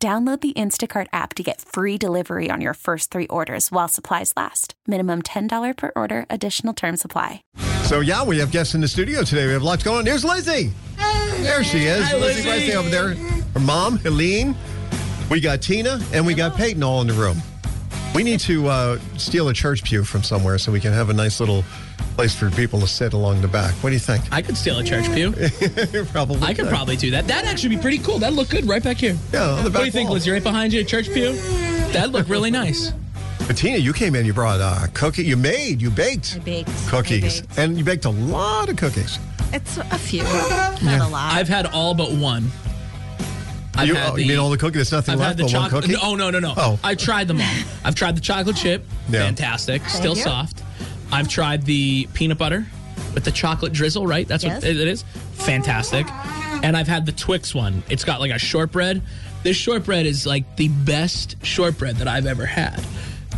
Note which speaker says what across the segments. Speaker 1: Download the Instacart app to get free delivery on your first three orders while supplies last. Minimum $10 per order, additional term supply.
Speaker 2: So yeah, we have guests in the studio today. We have lots going on. Here's Lizzie. There she is. Lizzie Presley over there. Her mom, Helene. We got Tina and we got Peyton all in the room. We need to uh, steal a church pew from somewhere so we can have a nice little place for people to sit along the back. What do you think?
Speaker 3: I could steal a church pew.
Speaker 2: probably.
Speaker 3: I could probably do that. That'd actually be pretty cool. That'd look good right back here.
Speaker 2: Yeah, on the
Speaker 3: What do
Speaker 2: back
Speaker 3: you think,
Speaker 2: wall.
Speaker 3: Lizzie? Right behind you, a church pew? That'd look really nice.
Speaker 2: But Tina, you came in. You brought uh, cookie. You made. You baked.
Speaker 4: I baked. I
Speaker 2: cookies,
Speaker 4: baked.
Speaker 2: and you baked a lot of cookies.
Speaker 4: It's a few, not a lot.
Speaker 3: I've had all but one. I've
Speaker 2: you,
Speaker 3: had
Speaker 2: oh,
Speaker 3: the,
Speaker 2: you mean all the cookies? There's nothing
Speaker 3: I've had
Speaker 2: left
Speaker 3: the
Speaker 2: but one
Speaker 3: chocolate.
Speaker 2: cookie.
Speaker 3: Oh no no no!
Speaker 2: Oh.
Speaker 3: I tried them all. I've tried the chocolate chip.
Speaker 2: Yeah.
Speaker 3: Fantastic, still
Speaker 4: you.
Speaker 3: soft. I've tried the peanut butter with the chocolate drizzle. Right, that's
Speaker 4: Yes.
Speaker 3: what it is. Fantastic. And I've had the Twix one. It's got like a shortbread. This shortbread is like the best shortbread that I've ever had.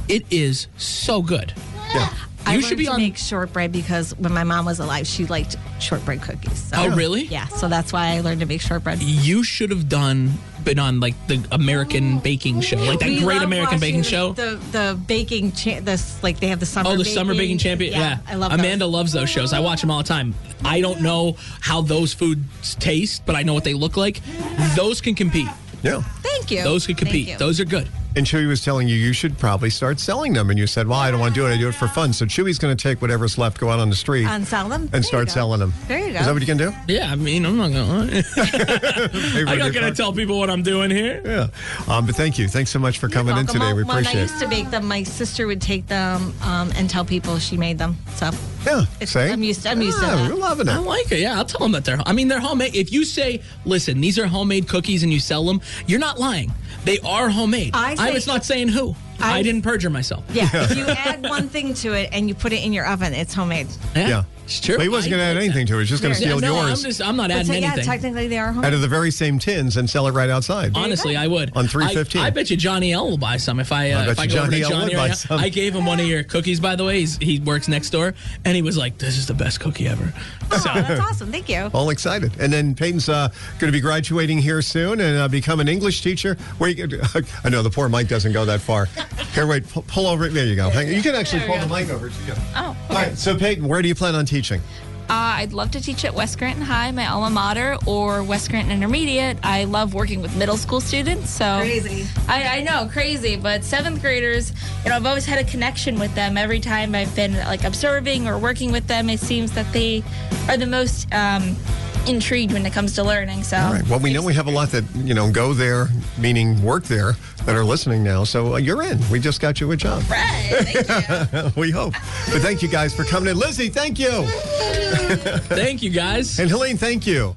Speaker 3: It is so good.
Speaker 2: Yeah.
Speaker 4: I
Speaker 3: you
Speaker 4: learned
Speaker 3: should be
Speaker 4: to
Speaker 3: on-
Speaker 4: make shortbread because when my mom was alive, she liked shortbread cookies. So.
Speaker 3: Oh, really?
Speaker 4: Yeah, so that's why I learned to make shortbread.
Speaker 3: You should have done been on like the American baking show, like that
Speaker 4: We
Speaker 3: great
Speaker 4: love
Speaker 3: American
Speaker 4: watching
Speaker 3: baking
Speaker 4: the-
Speaker 3: show.
Speaker 4: The the baking cha- this like they have the summer.
Speaker 3: Oh, the
Speaker 4: baking.
Speaker 3: summer baking champion. Yeah,
Speaker 4: I love those.
Speaker 3: Amanda loves those shows. I watch them all the time. I don't know how those foods taste, but I know what they look like. Those can compete.
Speaker 2: Yeah.
Speaker 4: Thank you.
Speaker 3: Those could
Speaker 4: Thank
Speaker 3: compete.
Speaker 4: you.
Speaker 3: Those are good.
Speaker 2: And Chewy was telling you you should probably start selling them, and you said, "Well, I don't want to do it. I do it for fun." So Chewy's going to take whatever's left, go out on the street,
Speaker 4: And sell them? There
Speaker 2: and
Speaker 4: you
Speaker 2: start
Speaker 4: go.
Speaker 2: selling them.
Speaker 4: There you go.
Speaker 2: Is that what you can do?
Speaker 3: Yeah, I mean, I'm not gonna.
Speaker 2: Maybe
Speaker 3: I'm
Speaker 2: we'll
Speaker 3: not
Speaker 2: do
Speaker 3: gonna
Speaker 2: fun.
Speaker 3: tell people what I'm doing here.
Speaker 2: Yeah. Um, but thank you. Thanks so much for coming in
Speaker 4: Welcome
Speaker 2: today. We
Speaker 4: home. when I
Speaker 2: appreciate
Speaker 4: used
Speaker 2: it.
Speaker 4: to bake them, my sister would take them um, and tell people she made them. So
Speaker 2: Yeah.
Speaker 4: It's-
Speaker 2: See?
Speaker 4: I'm used to- I'm used to
Speaker 2: Yeah,
Speaker 4: that.
Speaker 2: We're loving
Speaker 3: I
Speaker 2: it.
Speaker 3: like it. Yeah, I'll tell them that they're. I mean, they're homemade. If you say, "Listen, these are homemade cookies," and you sell them, you're not lying. They are homemade.
Speaker 4: I say-
Speaker 3: I'm just not saying who. I,
Speaker 4: I-
Speaker 3: didn't perjure myself.
Speaker 4: yeah, if you add one thing to it and you put it in your oven, it's homemade.
Speaker 2: Yeah.
Speaker 3: it's true.
Speaker 2: But he wasn't going to
Speaker 3: I
Speaker 2: add
Speaker 3: like
Speaker 2: anything
Speaker 3: that.
Speaker 2: to it. He's just going to
Speaker 4: Yeah,
Speaker 2: steal
Speaker 3: no,
Speaker 2: yours
Speaker 3: I'm just. I'm not
Speaker 4: But
Speaker 3: adding
Speaker 4: so, yeah,
Speaker 3: anything.
Speaker 4: technically they are
Speaker 2: out
Speaker 4: homemade.
Speaker 2: of the very same tins and sell it right outside.
Speaker 3: Honestly, I would.
Speaker 2: On 315.
Speaker 3: I, I bet you Johnny L will buy some if I, uh,
Speaker 2: I bet
Speaker 3: if I
Speaker 2: you
Speaker 3: go over
Speaker 2: Johnny
Speaker 3: to
Speaker 2: L would
Speaker 3: Johnny
Speaker 2: buy
Speaker 3: right now.
Speaker 2: some.
Speaker 3: I gave him one of your cookies, by the way. He's, he works next door, and he was like, "This is the best cookie ever."
Speaker 4: Oh, that's awesome. Thank you.
Speaker 2: all excited. And then Peyton's uh, going to be graduating here soon and uh, become an English teacher. Where you could, I know the poor mic doesn't go that far. Here, wait, pull, pull over. There you go. Hang, you can actually pull the mic over to you.
Speaker 5: Oh,
Speaker 2: All right. So Peyton, where do you plan on teaching?
Speaker 5: Uh, I'd love to teach at West Granton High, my alma mater, or West Granton Intermediate. I love working with middle school students. So
Speaker 4: Crazy.
Speaker 5: I, I know, crazy. But seventh graders, you know, I've always had a connection with them. Every time I've been like observing or working with them, it seems that they are the most um, intrigued when it comes to learning. So
Speaker 2: All right. Well, we know we have a lot that you know go there, meaning work there, that are listening now. So uh, you're in. We just got you a job.
Speaker 5: Right, thank you.
Speaker 2: we hope. But thank you guys for coming in. Lizzie, thank you,
Speaker 3: Thank you guys.
Speaker 2: and Helene, thank you.